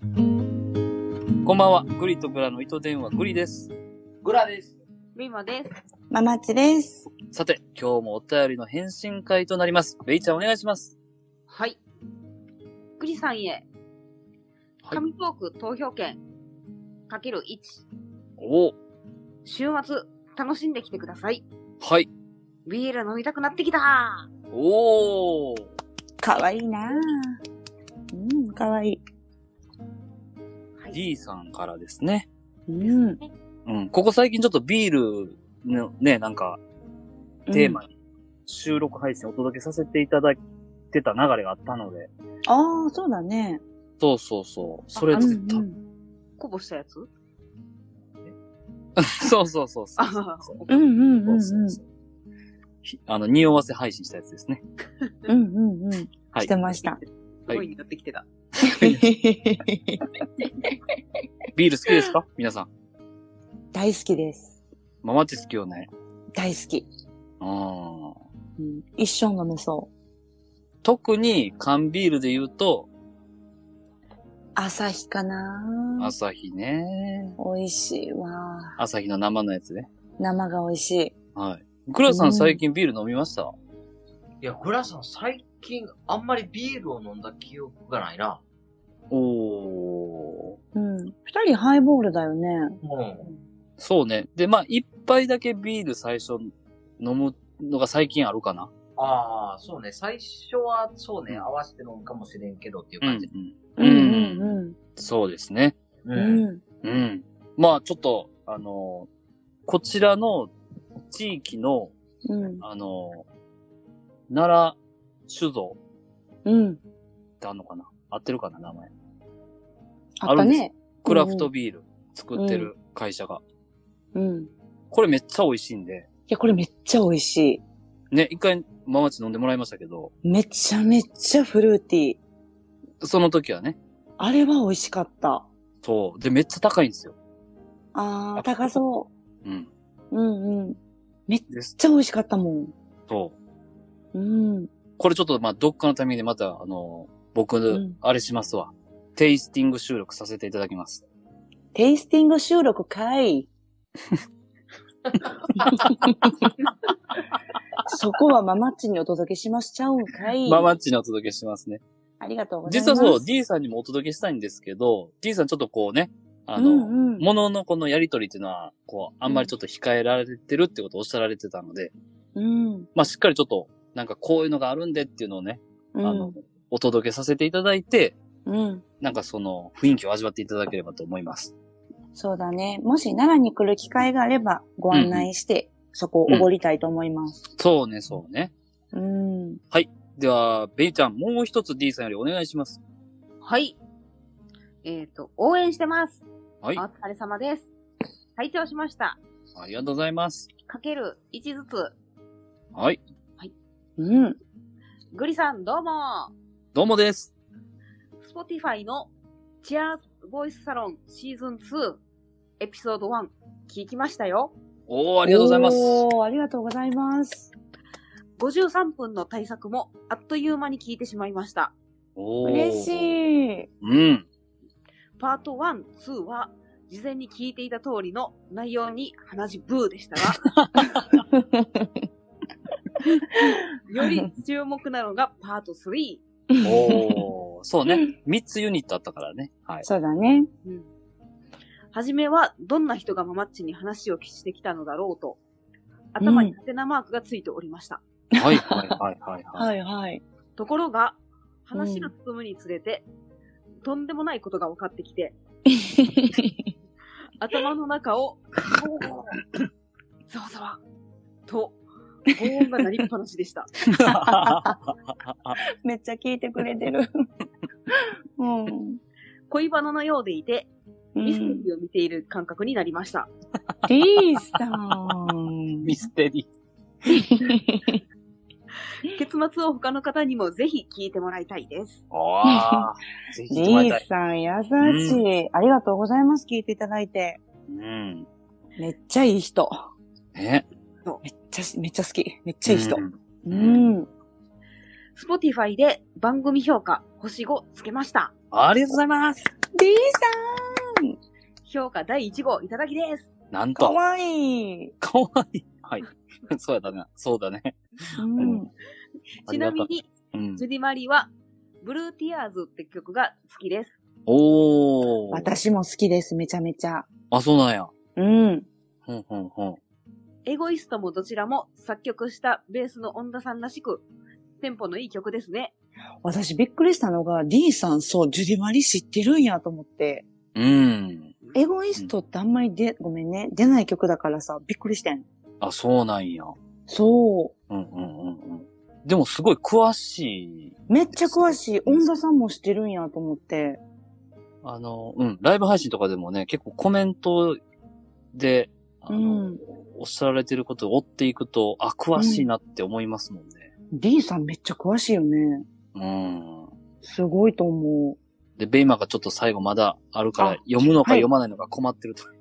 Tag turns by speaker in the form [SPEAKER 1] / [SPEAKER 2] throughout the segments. [SPEAKER 1] こんばんは。グリとグラの糸電話、グリです。
[SPEAKER 2] グラです。
[SPEAKER 3] リモです。
[SPEAKER 4] ママチです。
[SPEAKER 1] さて、今日もお便りの返信会となります。ベイちゃんお願いします。
[SPEAKER 3] はい。グリさんへ、
[SPEAKER 1] はい
[SPEAKER 3] 紙トーク投票券、かける1、
[SPEAKER 1] おお
[SPEAKER 3] 週末、楽しんできてください。
[SPEAKER 1] はい。
[SPEAKER 3] ビール飲みたくなってきた
[SPEAKER 1] おお
[SPEAKER 4] かわいいなぁ。うん、かわいい。
[SPEAKER 1] !D さんからですね。
[SPEAKER 4] うん。
[SPEAKER 1] うん。ここ最近ちょっとビールのね、なんか、テーマに収録配信お届けさせていただいてた流れがあったので。
[SPEAKER 4] ああ、そうだね。
[SPEAKER 1] そうそうそう。それ
[SPEAKER 3] あ
[SPEAKER 1] で、
[SPEAKER 4] うん
[SPEAKER 1] た
[SPEAKER 4] うん
[SPEAKER 3] こぼしたやつ
[SPEAKER 1] そうそうそうそう。
[SPEAKER 3] あ
[SPEAKER 1] そう
[SPEAKER 4] うんうんうんうん
[SPEAKER 1] そうそうそうひあの、匂わせ配信したやつですね。
[SPEAKER 4] うんうんうん。
[SPEAKER 1] はい。
[SPEAKER 4] してました。
[SPEAKER 1] はい
[SPEAKER 3] 恋になってきてた。
[SPEAKER 1] ビール好きですか皆さん。
[SPEAKER 4] 大好きです。
[SPEAKER 1] ママチ好きよね。
[SPEAKER 4] 大好き。
[SPEAKER 1] うん。
[SPEAKER 4] うん一生飲めそう。
[SPEAKER 1] 特に缶ビールで言うと、
[SPEAKER 4] 朝日かなぁ。
[SPEAKER 1] 朝日ね。
[SPEAKER 4] 美味しいわ。
[SPEAKER 1] 朝日の生のやつね。
[SPEAKER 4] 生が美味しい。
[SPEAKER 1] はい。グラさ
[SPEAKER 4] うんん
[SPEAKER 1] 最近ビール飲みました、
[SPEAKER 2] いや、グラさん最近あんまりビールを飲んだ記憶がないな。
[SPEAKER 1] おー。
[SPEAKER 4] うん。二人ハイボールだよね。
[SPEAKER 2] うん。
[SPEAKER 1] そうね。で、まあ、一杯だけビール最初飲むのが最近あるかな。
[SPEAKER 2] ああ、そうね。最初はそうね、合わせて飲むかもしれんけどっていう感じ。
[SPEAKER 1] うんうん
[SPEAKER 4] ん
[SPEAKER 1] そうですね。
[SPEAKER 2] う
[SPEAKER 4] うん。うん。
[SPEAKER 1] うん。まあ、ちょっと、あのこちらの地域の、
[SPEAKER 4] うん。
[SPEAKER 1] あの奈良酒造
[SPEAKER 4] うん。
[SPEAKER 1] ってあんのかな合ってるかな名前。
[SPEAKER 4] あったね。
[SPEAKER 1] クラフトビール作ってる会社が。
[SPEAKER 4] うん。い
[SPEAKER 1] これめっちゃ美味しいんで。
[SPEAKER 4] や、これめっちゃ美味しい。
[SPEAKER 1] ね、一回、ママチ飲んでもらいましたけど、
[SPEAKER 4] めちゃめちゃフルーティー。
[SPEAKER 1] その時はね。
[SPEAKER 4] あれは美味しかった。
[SPEAKER 1] そう。で、めっちゃ高いんですよ。
[SPEAKER 4] あー、高そ
[SPEAKER 1] うん。
[SPEAKER 4] う。うんうん。めっ
[SPEAKER 1] です。
[SPEAKER 4] ちゃ美味しかったもん。
[SPEAKER 1] そう。
[SPEAKER 4] うん。
[SPEAKER 1] これちょっと、まあ、どっかのタイミングでまた、あの、僕、
[SPEAKER 4] ん
[SPEAKER 1] あれしますわ。テイスティング収録させていただきます。
[SPEAKER 4] テイスティング収録か い。そこはママッチにお届けしましちゃうんかい。
[SPEAKER 1] ママッチにお届けしますね。
[SPEAKER 4] ありがとうございま
[SPEAKER 1] 実
[SPEAKER 4] す。
[SPEAKER 1] はそう、D さんにもお届けしたいんですけど、D さんちょっとこうね、あの、
[SPEAKER 4] うんうん
[SPEAKER 1] 物のこのやりとりっていうのは、こう、あんまりちょっと控えられてるってことをおっしゃられてたので、
[SPEAKER 4] うん。
[SPEAKER 1] まあ、しっかりちょっと、なんかこういうのがあるんでっていうのをね、
[SPEAKER 4] うん。
[SPEAKER 1] あの、お届けさせていただいて、
[SPEAKER 4] うん。
[SPEAKER 1] なんかその雰囲気を味わっていただければと思います。
[SPEAKER 4] そうだね。もし奈良に来る機会があればご案内して、そこをおごりたいと思います。
[SPEAKER 1] そうね、そうね。
[SPEAKER 4] うん。
[SPEAKER 1] では、ベイちゃん、もう一つ D さんよりお願いします。
[SPEAKER 3] はい。えっ、と、応援してます。
[SPEAKER 1] はい
[SPEAKER 3] お。疲れ様です。拝聴しました。
[SPEAKER 1] ありがとうございます。
[SPEAKER 3] かける1ずつ。
[SPEAKER 1] はい。
[SPEAKER 4] うん。
[SPEAKER 3] グリさんどうも
[SPEAKER 1] どうもです。
[SPEAKER 3] Spotify のチアーズボイスサロンシーズン2エピソード1聞きましたよ。
[SPEAKER 1] おー、ありがとうございます。
[SPEAKER 4] おーありがとうございます。
[SPEAKER 3] 53分の対策もあっという間に聞いてしまいました。
[SPEAKER 1] おー
[SPEAKER 4] 嬉しい。
[SPEAKER 1] うん。
[SPEAKER 3] パート1、2は事前に聞いていた通りの内容に鼻血ブーでしたが、より注目なのがパート3。
[SPEAKER 1] おー。そうね。三つユニットあったからね。 はい。
[SPEAKER 4] そうだね。
[SPEAKER 3] うんはじめはどんな人がママッチに話をしてきたのだろうと、頭にハテナマークがついておりました。
[SPEAKER 1] はい、はい、はい、はい。はい
[SPEAKER 4] い はい。
[SPEAKER 3] ところが、話が進むにつれて、とんでもないことが分かってきて、頭の 中を、ざわざわ、と、防音が鳴りっぱなし でした。
[SPEAKER 4] めっちゃ聞いてくれてる。 うん。
[SPEAKER 3] 恋バナのようでいて、
[SPEAKER 4] う
[SPEAKER 3] ミステ
[SPEAKER 4] ん
[SPEAKER 3] リーを見ている感覚になりました。
[SPEAKER 4] D さん。
[SPEAKER 1] ミステリ
[SPEAKER 3] 結末を他の方にもぜひ聞いてもらいたいです。
[SPEAKER 1] ー。おー。 ぜひ聞いてもらい
[SPEAKER 4] D
[SPEAKER 1] たい。
[SPEAKER 4] さん、優しい。ありがとうございます。聞いていただいて。
[SPEAKER 1] うん。
[SPEAKER 4] めっちゃいい人。
[SPEAKER 1] ね。
[SPEAKER 4] めっちゃし、めっちゃ好き。めっちゃいい人
[SPEAKER 1] う。ん
[SPEAKER 4] うん。
[SPEAKER 3] Spotify で番組評価、星5つけました。
[SPEAKER 1] ありがとうございます。
[SPEAKER 4] T さん
[SPEAKER 3] 評価第1号いただきです。
[SPEAKER 1] なん
[SPEAKER 4] か
[SPEAKER 1] と。
[SPEAKER 4] わいい、
[SPEAKER 1] かわいい。はい。 そうやだね。そうだ ね。
[SPEAKER 4] うん、
[SPEAKER 1] あ
[SPEAKER 3] ち
[SPEAKER 1] り
[SPEAKER 3] な
[SPEAKER 1] がと
[SPEAKER 3] み
[SPEAKER 1] う
[SPEAKER 3] に、
[SPEAKER 1] うん
[SPEAKER 3] ジュ。ディマリは、ブルーティアーズって曲が好きです。
[SPEAKER 1] おー。。
[SPEAKER 4] 私も好きです、めちゃめちゃ。
[SPEAKER 1] あ、そうなんや。
[SPEAKER 4] うん。
[SPEAKER 1] ほんほんほん。
[SPEAKER 3] エゴイストもどちらも作曲したベースの恩田さんらしく、テンポのいい曲ですね。
[SPEAKER 4] 私びっくりしたのが、D さん、そう、ジュディマリ知ってるんやと思って。
[SPEAKER 1] うん。
[SPEAKER 4] エゴイストってあんまりで、ごめんね、出ない曲だからさ、びっくりしてん。
[SPEAKER 1] あ、そうなんや。
[SPEAKER 4] そ
[SPEAKER 1] うんうんうんうん。でもすごい詳しい。
[SPEAKER 4] う。めっちゃ詳しい。音田さんも知ってるんやと思って。
[SPEAKER 1] あの、うん、ライブ配信とかでもね、結構コメントで、あの、
[SPEAKER 4] うん
[SPEAKER 1] おっしゃられてることを追っていくと、あ、詳しいなって思いますもんね。
[SPEAKER 4] D さんめっちゃ詳しいよね。
[SPEAKER 1] うん。
[SPEAKER 4] すごいと思
[SPEAKER 1] で、ベイマーがちょっと最後まだあるか
[SPEAKER 4] あ
[SPEAKER 1] ら、読むのか
[SPEAKER 4] はい
[SPEAKER 1] 読まないのか困ってると。
[SPEAKER 4] う。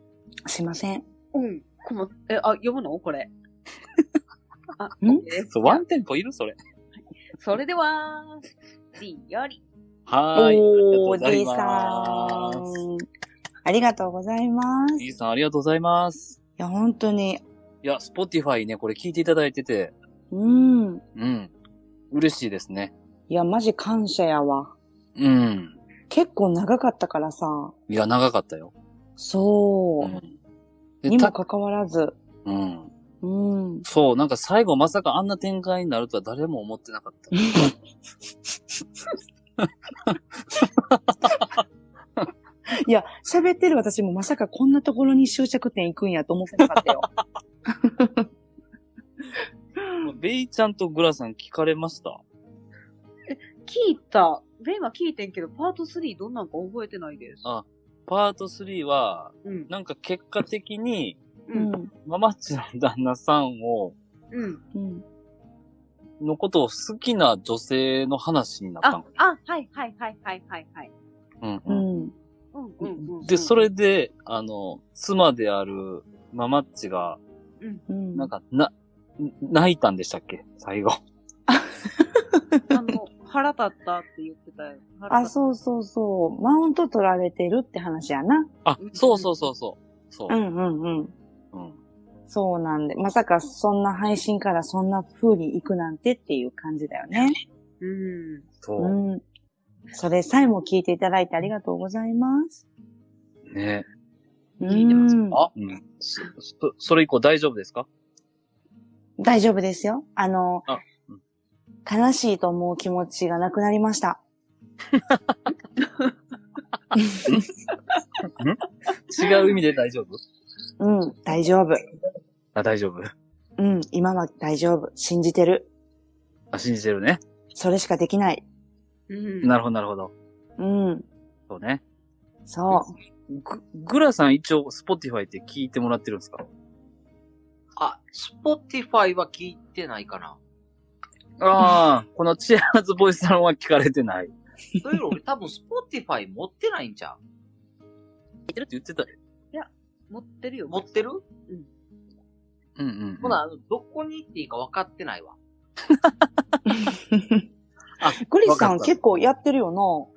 [SPEAKER 4] すいません。
[SPEAKER 3] うん。この、え、あ、読むのこ れ。あ、
[SPEAKER 4] ん
[SPEAKER 3] え
[SPEAKER 1] そう、ワンテンポいるそれ。
[SPEAKER 3] それでは、D より。
[SPEAKER 1] はーい。
[SPEAKER 4] おー、
[SPEAKER 1] あり
[SPEAKER 4] D
[SPEAKER 1] が
[SPEAKER 4] さ
[SPEAKER 1] とうございます。
[SPEAKER 4] ん。ありがとうございます。い
[SPEAKER 1] D さん、ありがとうございます。
[SPEAKER 4] や、本当に。
[SPEAKER 1] いや、スポティファイね、これ聞いていただいてて、
[SPEAKER 4] うん。
[SPEAKER 1] うん。嬉しいですね。
[SPEAKER 4] いや、マジ感謝やわ。
[SPEAKER 1] うん。
[SPEAKER 4] 結構長かったからさ。
[SPEAKER 1] いや、長かったよ。
[SPEAKER 4] そうう。
[SPEAKER 1] ん。で
[SPEAKER 4] にも
[SPEAKER 1] た
[SPEAKER 4] かかわらず。
[SPEAKER 1] うん。
[SPEAKER 4] うん。
[SPEAKER 1] そう、なんか最後まさかあんな展開になるとは誰も思ってなかった。
[SPEAKER 4] いや、喋ってる私もまさかこんなところに終着点行くんやと思ってなかったよ。
[SPEAKER 1] もうベイちゃんとグラさん聞かれました
[SPEAKER 3] 聞いた。ベイは聞いてんけど、パート3どんなんか覚えてないです。
[SPEAKER 1] あパート3は、
[SPEAKER 3] うん。
[SPEAKER 1] なんか結果的に、
[SPEAKER 3] う
[SPEAKER 4] うん
[SPEAKER 3] ん。。
[SPEAKER 1] ママッチの旦那さんを、
[SPEAKER 3] うん。
[SPEAKER 4] うん。
[SPEAKER 1] のことを好きな女性の話になった
[SPEAKER 3] あ
[SPEAKER 1] の。、
[SPEAKER 3] あ、はいはいはいはいはいはい。
[SPEAKER 1] うん
[SPEAKER 4] う
[SPEAKER 1] うん
[SPEAKER 3] う
[SPEAKER 4] ん。
[SPEAKER 3] んうんうんうん。
[SPEAKER 1] で、それで、あの、妻であるママッチが、
[SPEAKER 4] うん。
[SPEAKER 1] なんか、な、泣いたんでしたっけ最後。
[SPEAKER 3] あの、腹立ったって言ってたよ。
[SPEAKER 4] あ、そうそうそう。マウント取られてるって話やな。
[SPEAKER 1] あ、そうそうそうそう。そう
[SPEAKER 4] う。んうんうん。
[SPEAKER 1] うん
[SPEAKER 4] そうなんで。まさかそんな配信からそんな風に行くなんてっていう感じだよね。
[SPEAKER 3] う。うん。
[SPEAKER 1] そうう。
[SPEAKER 4] ん。それさえも聞いていただいてありがとうございます。
[SPEAKER 1] ね。
[SPEAKER 3] 聞いてます
[SPEAKER 4] うん
[SPEAKER 1] あ、うん。そ、そそれ以降大丈夫ですか
[SPEAKER 4] 大丈夫ですよ。あの
[SPEAKER 1] あう、
[SPEAKER 4] 悲しいと思う気持ちがなくなりました。
[SPEAKER 1] 違う意味で大丈夫
[SPEAKER 4] うん、大丈夫。
[SPEAKER 1] あ、大丈夫。
[SPEAKER 4] うん、今は大丈夫。信じてる。
[SPEAKER 1] あ、信じてるね。
[SPEAKER 4] それしかできない。
[SPEAKER 3] うん。
[SPEAKER 1] なるほど、なるほど。
[SPEAKER 4] うん、
[SPEAKER 1] そうね。
[SPEAKER 4] そ
[SPEAKER 1] グ、グラさん一応、スポティファイって聞いてもらってるんですか
[SPEAKER 2] あ、スポティファイは聞いてないかな。
[SPEAKER 1] ああ、このチアーズボイスさんは聞かれてない。
[SPEAKER 2] というより俺多分スポティファイ持ってないんじゃ
[SPEAKER 1] 聞いてるって言ってた。
[SPEAKER 3] 持ってるよ。
[SPEAKER 2] う持ってる
[SPEAKER 1] うんうんうん。
[SPEAKER 2] ほな、あのどこに行っていいか分かってないわ。
[SPEAKER 4] う。グリさ
[SPEAKER 1] わ
[SPEAKER 4] ん
[SPEAKER 1] かった
[SPEAKER 4] 結構やってるよ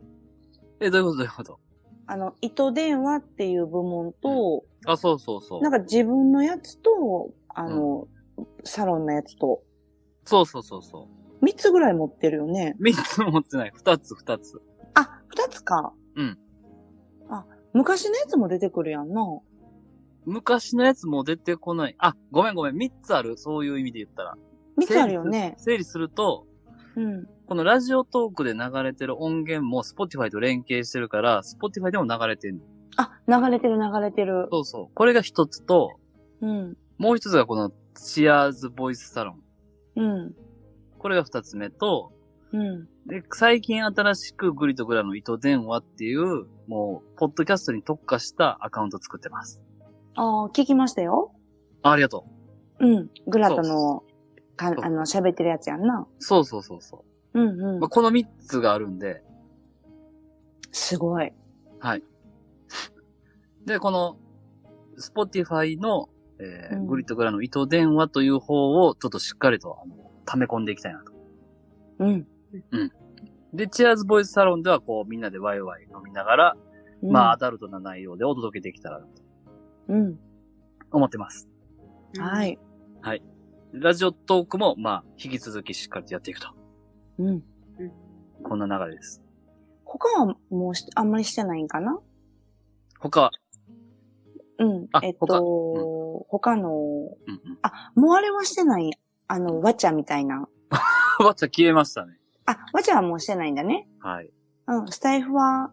[SPEAKER 1] え、どういうことどういうこと
[SPEAKER 4] な。あの、糸電話っていう部門と、
[SPEAKER 1] あ、そうそうそう
[SPEAKER 4] なん。か自分のやつと、あの、サロンのやつと、
[SPEAKER 1] そうそうそうそう。
[SPEAKER 4] 3つぐらい持ってるよね。
[SPEAKER 1] 三つ持ってない。二つ、二つ。
[SPEAKER 4] あ、2つか。
[SPEAKER 1] うん。
[SPEAKER 4] あ、昔のやつも出てくるやんな。
[SPEAKER 1] 昔のやつもう出てこない。あ、ごめんごめん。三つある。そういう意味で言ったら。
[SPEAKER 4] 3つあるよね。
[SPEAKER 1] 整理すると、
[SPEAKER 4] うん。
[SPEAKER 1] このラジオトークで流れてる音源も Spotify と連携してるから、Spotify でも流れてんの。
[SPEAKER 4] あ、流れてる流れてる。
[SPEAKER 1] そうそう。これが一つと、
[SPEAKER 4] うん。
[SPEAKER 1] もう一つがこのチアーズボイスサロン。
[SPEAKER 4] うん。
[SPEAKER 1] これが二つ目と、
[SPEAKER 4] うん。
[SPEAKER 1] で、最近新しくグリとグラの糸電話っていう、もう、ポッドキャストに特化したアカウント作ってます。
[SPEAKER 4] ああ、聞きましたよ。
[SPEAKER 1] あありがとう。
[SPEAKER 4] うん。グラとの、か
[SPEAKER 1] そう
[SPEAKER 4] あの、喋ってるやつやんな。
[SPEAKER 1] そうそうそうそうう。
[SPEAKER 4] んう
[SPEAKER 1] まあ、
[SPEAKER 4] ん。
[SPEAKER 1] この三つがあるんで、
[SPEAKER 4] すごい。
[SPEAKER 1] で、この、スポティファイの、えー
[SPEAKER 4] うん
[SPEAKER 1] グリとグラの糸電話という方を、ちょっとしっかりと、あの、溜め込んでいきたいなと。
[SPEAKER 4] うん。
[SPEAKER 1] で、チアーズボイスサロンでは、こう、みんなでワイワイ飲みながら、
[SPEAKER 4] うん
[SPEAKER 1] まあ、アダルトな内容でお届けできたらと
[SPEAKER 4] うん。
[SPEAKER 1] 思ってます。
[SPEAKER 4] は。い。
[SPEAKER 1] ラジオトークも、まあ、引き続きしっかりとやっていくと。
[SPEAKER 4] うん。
[SPEAKER 1] こんな流れです。
[SPEAKER 4] 他はもうしあんまりしてないんかな
[SPEAKER 1] 他は、
[SPEAKER 4] うん
[SPEAKER 1] あ。
[SPEAKER 4] えっと、他の、
[SPEAKER 1] うんうん。
[SPEAKER 4] あ、もうあれはしてないあの、わちゃみたいな。
[SPEAKER 1] わっちゃん 消えましたね。
[SPEAKER 4] あ、わちゃはもうしてないんだね。
[SPEAKER 1] はい。
[SPEAKER 4] うん。スタイフは、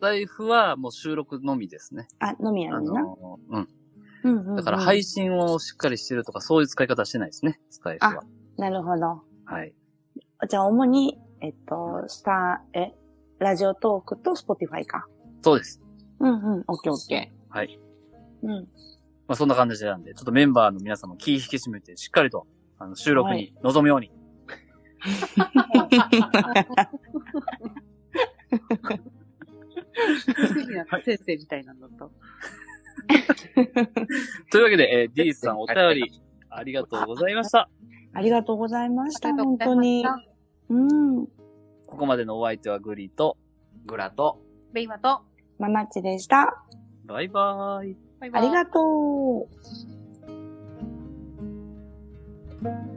[SPEAKER 1] 財布はもう収録のみですね。
[SPEAKER 4] あ、のみや
[SPEAKER 1] あ
[SPEAKER 4] ねんな。
[SPEAKER 1] のー、うん。
[SPEAKER 4] うんうんうん。
[SPEAKER 1] だから配信をしっかりしてるとか、そういう使い方はしてないですね。スタイフは。
[SPEAKER 4] なるほど。
[SPEAKER 1] はい。
[SPEAKER 4] じゃあ、主に、えっと、スター、え、ラジオトークとスポティファイか。
[SPEAKER 1] そうです。
[SPEAKER 4] うんうん。オッケーオッケー。
[SPEAKER 1] はい。
[SPEAKER 4] うん。
[SPEAKER 1] まあそんな感じなんで、ちょっとメンバーの皆さんも気引き締めて、しっかりと、あの、収録に臨むように。
[SPEAKER 3] なんか先生みたいなんだった。
[SPEAKER 1] というわけで、えー D さんお便り、ありがとうございました。
[SPEAKER 4] ありがとうございました。
[SPEAKER 3] ありがとう
[SPEAKER 4] 本
[SPEAKER 3] ござい
[SPEAKER 4] 当
[SPEAKER 3] まし
[SPEAKER 4] に
[SPEAKER 3] た。
[SPEAKER 4] うん。
[SPEAKER 1] ここまでのお相手はグリと、
[SPEAKER 2] グラと、
[SPEAKER 3] ベイマと、
[SPEAKER 4] マナッチでした。
[SPEAKER 1] バイバーイ。
[SPEAKER 3] バイバ
[SPEAKER 4] あ
[SPEAKER 3] イ
[SPEAKER 4] りがとう。